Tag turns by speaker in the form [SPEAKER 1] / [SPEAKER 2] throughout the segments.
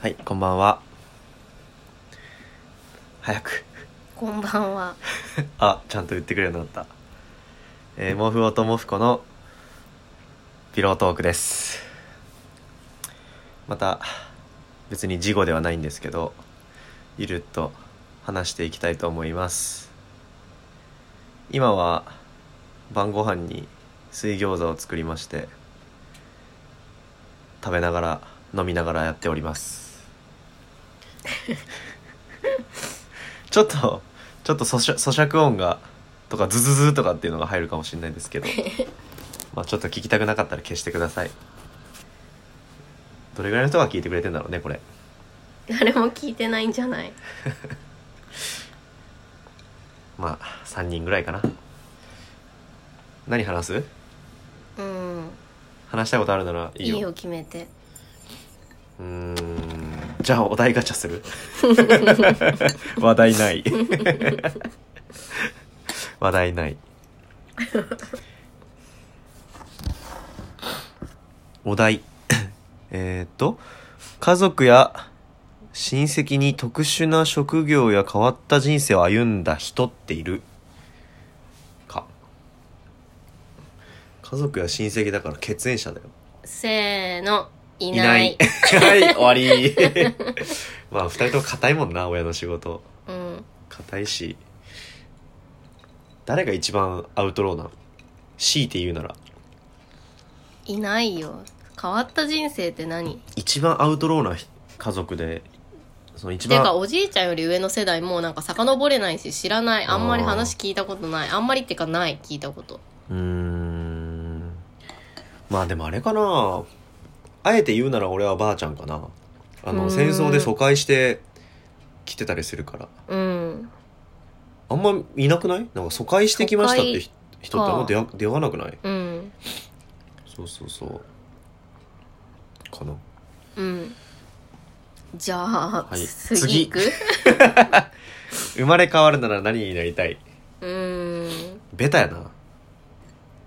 [SPEAKER 1] はい、こんばんは。早く。
[SPEAKER 2] こんばんは。
[SPEAKER 1] あ、ちゃんと言ってくれるようになった。えー、モフオとモフコのピロートークです。また、別に事後ではないんですけど、ゆるっと話していきたいと思います。今は晩ご飯に水餃子を作りまして、食べながら飲みながらやっておりますちょっとちょっと咀嚼咀嚼音がとかズズズとかっていうのが入るかもしれないですけど まあちょっと聞きたくなかったら消してくださいどれぐらいの人が聞いてくれてんだろうねこれ
[SPEAKER 2] 誰も聞いてないんじゃない
[SPEAKER 1] まあ3人ぐらいかな何話す
[SPEAKER 2] うん。
[SPEAKER 1] 話したいことあるならい
[SPEAKER 2] い
[SPEAKER 1] い
[SPEAKER 2] い
[SPEAKER 1] よ
[SPEAKER 2] を決めて。
[SPEAKER 1] うーんじゃあお題ガチャする 話題ない 話題ないお題 えーっと家族や親戚に特殊な職業や変わった人生を歩んだ人っているか家族や親戚だから血縁者だよ
[SPEAKER 2] せーの。い
[SPEAKER 1] い
[SPEAKER 2] ない。
[SPEAKER 1] ない。はい、終わり。 まあ、二人とも硬いもんな、親の仕事。
[SPEAKER 2] うん。
[SPEAKER 1] 硬いし。誰が一番アウトローなの強いて言うなら。
[SPEAKER 2] いないよ。変わった人生って何
[SPEAKER 1] 一番アウトローな家族で、その一
[SPEAKER 2] て
[SPEAKER 1] 番。
[SPEAKER 2] か、おじいちゃんより上の世代もうなんか遡れないし、知らない。あんまり話聞いたことない。あんまりってかない、聞いたこと。
[SPEAKER 1] うーん。まあでもあれかな。あえて言うなら俺はばあちゃんかな。あ
[SPEAKER 2] うー
[SPEAKER 1] の、
[SPEAKER 2] ん
[SPEAKER 1] 戦争で疎開して来てたりするから。
[SPEAKER 2] うん。
[SPEAKER 1] あんまいなくないなんか疎開してきましたって人ってあんま
[SPEAKER 2] か
[SPEAKER 1] 出会出会わなくない
[SPEAKER 2] うん。
[SPEAKER 1] そうそうそう。かな。
[SPEAKER 2] うん。じゃあ、
[SPEAKER 1] はい
[SPEAKER 2] 次行く
[SPEAKER 1] 生まれ変わるなら何になりたい
[SPEAKER 2] うん。
[SPEAKER 1] ベタやな。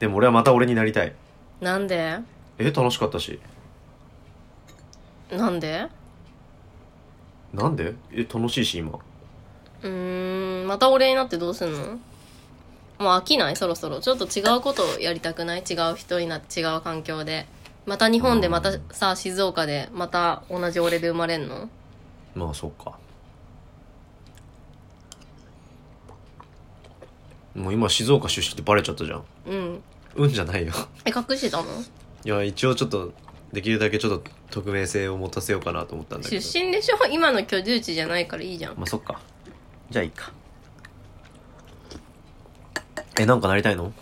[SPEAKER 1] でも俺はまた俺になりたい。
[SPEAKER 2] なんで
[SPEAKER 1] え、楽しかったし。
[SPEAKER 2] なんで
[SPEAKER 1] なんでえ、楽しいし今。
[SPEAKER 2] うーんまたお礼になってどうすんのもう飽きないそろそろちょっと違うことをやりたくない違う人になって違う環境でまた日本でまたさ静岡でまた同じ俺で生まれんの
[SPEAKER 1] まあそうか。もう今静岡出身ってバレちゃったじゃん。
[SPEAKER 2] うん
[SPEAKER 1] うんじゃないよ。
[SPEAKER 2] え隠してたの
[SPEAKER 1] いや、一応ちょっと、できるだけちょっと匿名性を持たせようかなと思ったんだ
[SPEAKER 2] 出
[SPEAKER 1] けど。
[SPEAKER 2] 身でしょ今の居住地じゃないからいいじゃん
[SPEAKER 1] まあそっか。じゃあいいか。え、なんかなりたいの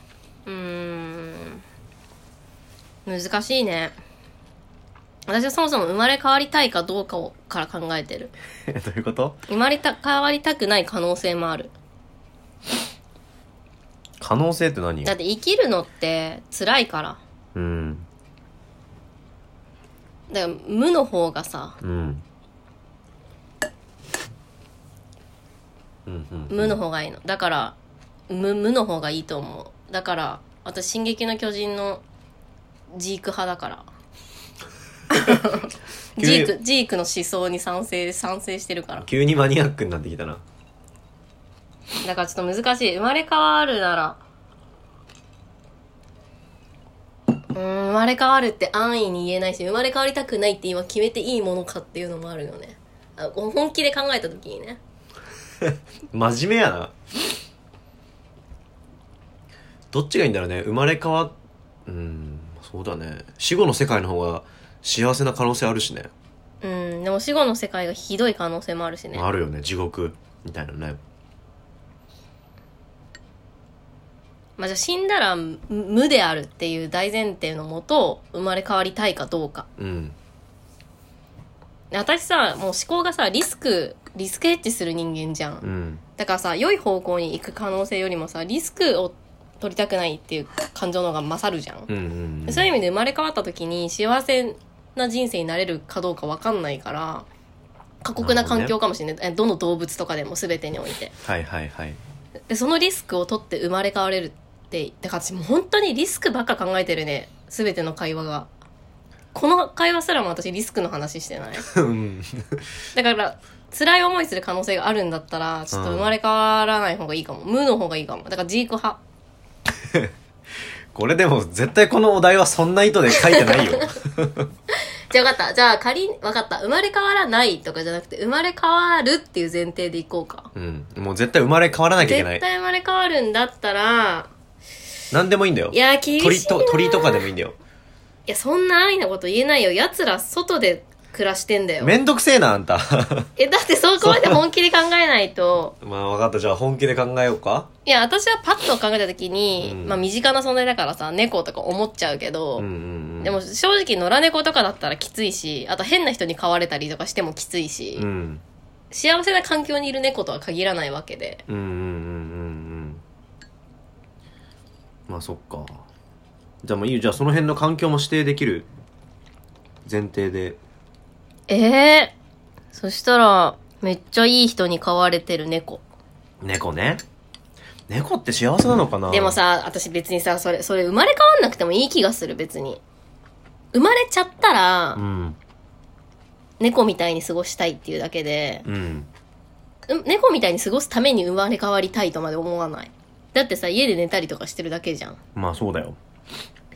[SPEAKER 2] うーん難しいね私はそもそも生まれ変わりたいかどうかをから考えてる
[SPEAKER 1] え どういうこと
[SPEAKER 2] 生まれた変わりたくない可能性もある
[SPEAKER 1] 可能性って何よ
[SPEAKER 2] だって生きるのって辛いから
[SPEAKER 1] うん
[SPEAKER 2] だから無の方がさ
[SPEAKER 1] うんうんうん
[SPEAKER 2] 無の方がいいのだから無無の方がいいと思うだから私「進撃の巨人」のジーク派だからジークジークの思想に賛成賛成してるから
[SPEAKER 1] 急にマニアックになってきたな
[SPEAKER 2] だからちょっと難しい生まれ変わるならうーん生まれ変わるって安易に言えないし生まれ変わりたくないって今決めていいものかっていうのもあるよねあ本気で考えた時にね
[SPEAKER 1] 真面目やなどっちがいいんだろうね生まれ変わっうんそうだね死後の世界の方が幸せな可能性あるしね
[SPEAKER 2] うんでも死後の世界がひどい可能性もあるしね
[SPEAKER 1] あるよね地獄みたいなね
[SPEAKER 2] まあ、じゃあ死んだらむ無であるっていう大前提のもと生まれ変わりたいかどうか
[SPEAKER 1] うん
[SPEAKER 2] 私さもう思考がさリスクリスクヘッジする人間じゃ
[SPEAKER 1] うんん
[SPEAKER 2] だからさ良い方向に行く可能性よりもさリスクを取りたくないっていう感情の方が勝るじゃん
[SPEAKER 1] うんうんうん
[SPEAKER 2] そういう意味で生まれ変わった時に幸せな人生になれるかどうか分かんないから過酷な環境かもしれないえどの動物とかでも全てにおいて
[SPEAKER 1] はいはいはい
[SPEAKER 2] でそのリスクを取って生まれ変われるってだから私もう本当にリスクばっか考えてるね全ての会話がこの会話すらも私リスクの話してない
[SPEAKER 1] うん
[SPEAKER 2] だから辛い思いする可能性があるんだったらちょっと生まれ変わらない方がいいかも、無の方がいいかもだからジーク派
[SPEAKER 1] これでも絶対このお題はそんな意図で書いてない よ
[SPEAKER 2] じゃあ分かったじゃあ仮に分かった生まれ変わらないとかじゃなくて生まれ変わるっていう前提でいこうか
[SPEAKER 1] うんもう絶対生まれ変わらなきゃいけ
[SPEAKER 2] 絶
[SPEAKER 1] ない
[SPEAKER 2] 対生まれ変わるんだったら
[SPEAKER 1] 何でもいいんだよ
[SPEAKER 2] いや厳しいな
[SPEAKER 1] 鳥と鳥とかでもいいんだよ
[SPEAKER 2] いやそんな安易なこと言えないよ奴ら外で暮らしてんだよ
[SPEAKER 1] めんどくせえなあんた
[SPEAKER 2] えだってそこまで本気で考えないと
[SPEAKER 1] まあ分かったじゃあ本気で考えようか
[SPEAKER 2] いや私はパッと考えた時に、
[SPEAKER 1] うん
[SPEAKER 2] まあ身近な存在だからさ猫とか思っちゃうけど、
[SPEAKER 1] うんうんうん
[SPEAKER 2] でも正直野良猫とかだったらきついしあと変な人に飼われたりとかしてもきついし、
[SPEAKER 1] うん
[SPEAKER 2] 幸せな環境にいる猫とは限らないわけで
[SPEAKER 1] うんうんうんうんうんまあそっかじゃあもういいよじゃあその辺の環境も指定できる前提で
[SPEAKER 2] ええそしたらめっちゃいい人に飼われてる猫
[SPEAKER 1] 猫ね猫って幸せなのかな
[SPEAKER 2] でもさ私別にさそれそれ生まれ変わんなくてもいい気がする別に生まれちゃったら、
[SPEAKER 1] うん
[SPEAKER 2] 猫みたいに過ごしたいっていうだけで、
[SPEAKER 1] うん
[SPEAKER 2] う猫みたいに過ごすために生まれ変わりたいとまで思わないだってさ家で寝たりとかしてるだけじゃん
[SPEAKER 1] まあそうだよ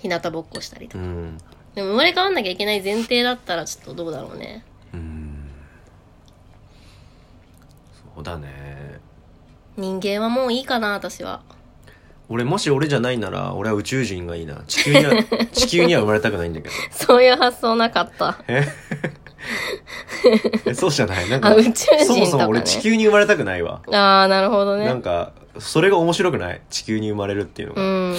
[SPEAKER 2] 日向ぼっこしたりと
[SPEAKER 1] う
[SPEAKER 2] か、
[SPEAKER 1] ん
[SPEAKER 2] でも生まれ変わんなきゃいけない前提だったらちょっとどうだろうね
[SPEAKER 1] うんそうだね
[SPEAKER 2] 人間はもういいかな私は
[SPEAKER 1] 俺もし俺じゃないなら俺は宇宙人がいいな地球に は地球には生まれたくないんだけど
[SPEAKER 2] そういう発想なかった
[SPEAKER 1] えそうじゃないなんか
[SPEAKER 2] あ宇宙人とかね
[SPEAKER 1] そもそも俺地球に生まれたくないわ
[SPEAKER 2] ああなるほど
[SPEAKER 1] な
[SPEAKER 2] ね
[SPEAKER 1] んかそれが面白くない地球に生まれるっていうの
[SPEAKER 2] う
[SPEAKER 1] が、
[SPEAKER 2] ん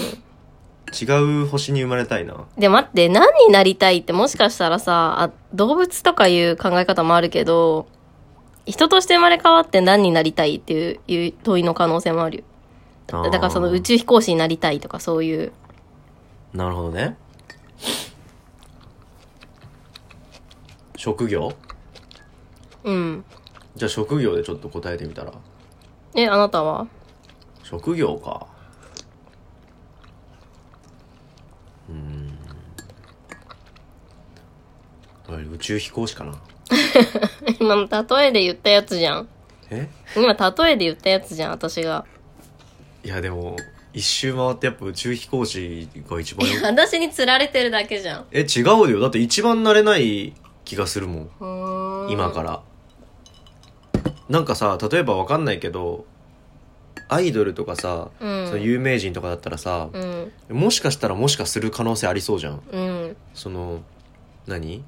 [SPEAKER 1] 違う星に生まれたいな
[SPEAKER 2] で待って何になりたいってもしかしたらさあ動物とかいう考え方もあるけど人として生まれ変わって何になりたいっていういう問いの可能性もあるよだだからその宇宙飛行士になりたいとかそういう
[SPEAKER 1] なるほどね職業
[SPEAKER 2] うん
[SPEAKER 1] じゃあ職業でちょっと答えてみたら
[SPEAKER 2] えあなたは
[SPEAKER 1] 職業かうーん俺宇宙飛行士かな
[SPEAKER 2] 今の例えで言ったやつじゃん。
[SPEAKER 1] え
[SPEAKER 2] 今例えで言ったやつじゃん、私が。
[SPEAKER 1] いやでも一周回ってやっぱ宇宙飛行士が一
[SPEAKER 2] い
[SPEAKER 1] 番よ
[SPEAKER 2] や、 私に釣られてるだけじゃん。。
[SPEAKER 1] え違うよだって一番慣れない気がするもん今かららなんかさ例えばわかんないけどアイドルとかさ、
[SPEAKER 2] うん
[SPEAKER 1] その有名人とかだったらさ、
[SPEAKER 2] うん。
[SPEAKER 1] もしかしたらもしかする可能性ありそうじゃん
[SPEAKER 2] うん。
[SPEAKER 1] その何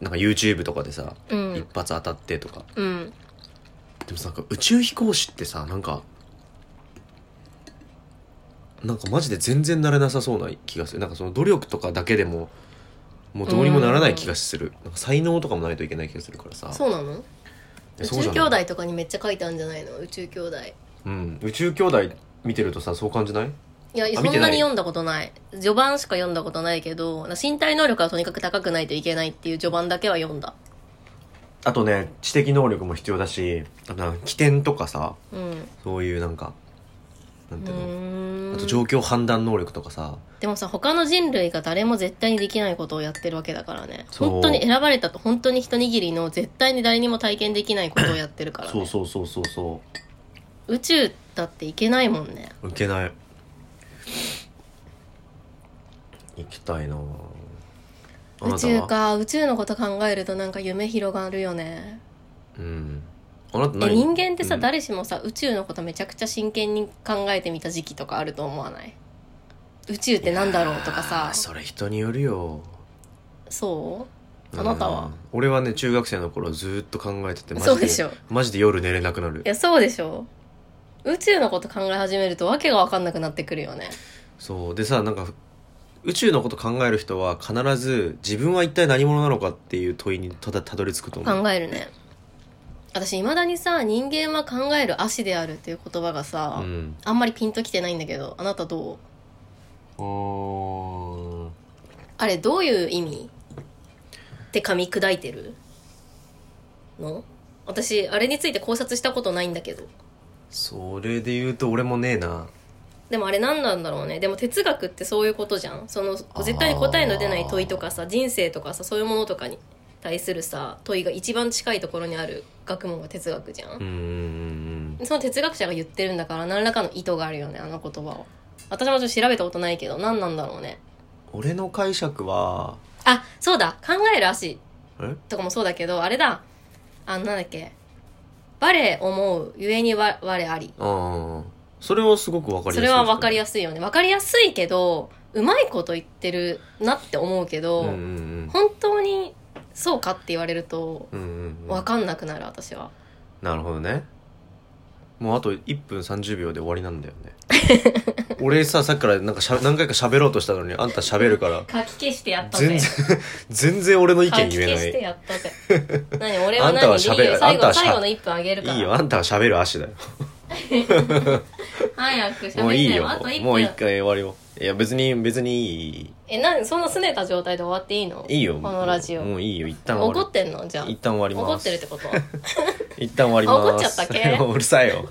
[SPEAKER 1] なんか YouTube とかでさ、
[SPEAKER 2] う
[SPEAKER 1] 一
[SPEAKER 2] ん。
[SPEAKER 1] 発当たってとか
[SPEAKER 2] うん。
[SPEAKER 1] でもさなんか宇宙飛行士ってさなんかなんかマジで全然慣れなさそうな気がするなんかその努力とかだけでももうどうにもならない気がするなんか才能とかもないといけない気がするからさ
[SPEAKER 2] そうなの
[SPEAKER 1] え
[SPEAKER 2] 宇
[SPEAKER 1] そうじ
[SPEAKER 2] 宙
[SPEAKER 1] ゃ
[SPEAKER 2] 兄
[SPEAKER 1] ない
[SPEAKER 2] 弟とかにめっちゃ書いてあるんじゃないの宇宙兄弟。
[SPEAKER 1] うん宇宙兄弟見てるとさそう感じない
[SPEAKER 2] いや、
[SPEAKER 1] あ
[SPEAKER 2] そ
[SPEAKER 1] 見て
[SPEAKER 2] ん
[SPEAKER 1] な
[SPEAKER 2] ないに読んだことない。序盤しか読んだことないけど、身体能力はとにかく高くないといけないっていう序盤だけは読んだ。
[SPEAKER 1] あとね知的能力も必要だしあとなんか起点とかさ
[SPEAKER 2] うん。
[SPEAKER 1] そういうなんかなん
[SPEAKER 2] う
[SPEAKER 1] ていうの
[SPEAKER 2] ーん
[SPEAKER 1] あと状況判断能力とかさ
[SPEAKER 2] でもさ他の人類が誰も絶対にできないことをやってるわけだからね
[SPEAKER 1] そう
[SPEAKER 2] 本当に選ばれたと本当に一握りの絶対に誰にも体験できないことをやってるから、ね、
[SPEAKER 1] そうそうそうそうそ
[SPEAKER 2] 宇宙だっていけないもんね
[SPEAKER 1] ういけない行きたいなぁあな
[SPEAKER 2] 宇
[SPEAKER 1] たは
[SPEAKER 2] 宙か宇宙のこと考えるとなんか夢広がるよね
[SPEAKER 1] うんあなた
[SPEAKER 2] え
[SPEAKER 1] 何
[SPEAKER 2] 人間ってさ、
[SPEAKER 1] うん
[SPEAKER 2] 誰しもさ宇宙のことめちゃくちゃ真剣に考えてみた時期とかあると思わない宇宙ってなんだろうとか
[SPEAKER 1] あ
[SPEAKER 2] さ
[SPEAKER 1] ーそれ人によるよ
[SPEAKER 2] そうあなた
[SPEAKER 1] う
[SPEAKER 2] は
[SPEAKER 1] ん俺はね中学生の頃ずーっと考えててマジ
[SPEAKER 2] そうでしょ
[SPEAKER 1] マジで夜寝れなくなる
[SPEAKER 2] いやそうでしょ宇宙のこと考え始めるとわけが分かんなくなってくるよね
[SPEAKER 1] そうでさなんか宇宙のこと考える人は必ず自分は一体何者なのかっていう問いにただたどり着くと思う
[SPEAKER 2] 考えるね私いまだにさ人間は考える足であるっていう言葉がさ、
[SPEAKER 1] うん
[SPEAKER 2] あんまりピンときてないんだけどあなたどう
[SPEAKER 1] あ
[SPEAKER 2] あれどういう意味って噛み砕いてるの私あれについて考察したことないんだけど
[SPEAKER 1] それで言うと俺もねえな
[SPEAKER 2] でもあれ何なんだろうねでも哲学ってそういうことじゃんその
[SPEAKER 1] あー
[SPEAKER 2] 絶対に答えの出ない問いとかさ人生とかさそういうものとかに対するさ問いが一番近いところにある学問が哲学じゃ、
[SPEAKER 1] うんんうんうん
[SPEAKER 2] その哲学者が言ってるんだから何らかの意図があるよねあの言葉を私もちょっと調べたことないけど何なんだろうね
[SPEAKER 1] 俺の解釈は
[SPEAKER 2] あそうだ考える足
[SPEAKER 1] え
[SPEAKER 2] とかもそうだけどあれだあのなんだっけ我思うゆえに我我あり
[SPEAKER 1] うんそれはすごくわかりやすい
[SPEAKER 2] それは分かり
[SPEAKER 1] や
[SPEAKER 2] やすいよね分かりやすいけどうまいこと言ってるなって思うけど、
[SPEAKER 1] うんうん
[SPEAKER 2] 本当にそうかって言われると
[SPEAKER 1] うんうんうんうん
[SPEAKER 2] 分かんなくなる私は
[SPEAKER 1] なるほどねもうあと1分30秒で終わりなんだよ ね俺ささっきからなんかしゃ何回か喋ろうとしたのにあんた喋るから
[SPEAKER 2] 書き消してやったぜ
[SPEAKER 1] 全然全然俺の意
[SPEAKER 2] 書
[SPEAKER 1] 見
[SPEAKER 2] き
[SPEAKER 1] 言
[SPEAKER 2] 消し
[SPEAKER 1] え
[SPEAKER 2] て
[SPEAKER 1] な
[SPEAKER 2] やったぜ何俺は
[SPEAKER 1] あんた
[SPEAKER 2] 何
[SPEAKER 1] は
[SPEAKER 2] でい
[SPEAKER 1] 喋
[SPEAKER 2] いよ
[SPEAKER 1] るあ
[SPEAKER 2] 最
[SPEAKER 1] んた
[SPEAKER 2] 後
[SPEAKER 1] はしゃ
[SPEAKER 2] 最後の1分あげるから
[SPEAKER 1] いいいよあんたは喋る足だよ
[SPEAKER 2] 早く喋って
[SPEAKER 1] もういいよ
[SPEAKER 2] あと1分
[SPEAKER 1] もう一回終わるよいや別に別にいい
[SPEAKER 2] えなんそんな拗ねた状態で終わっていいの
[SPEAKER 1] いいよ
[SPEAKER 2] このラジオ
[SPEAKER 1] もういいよ一旦終
[SPEAKER 2] 怒
[SPEAKER 1] わる
[SPEAKER 2] ってんのじゃあ
[SPEAKER 1] 一旦終わります
[SPEAKER 2] 怒ってるってこと
[SPEAKER 1] 一旦終わります
[SPEAKER 2] あ怒っちゃったっけ
[SPEAKER 1] うるさいよ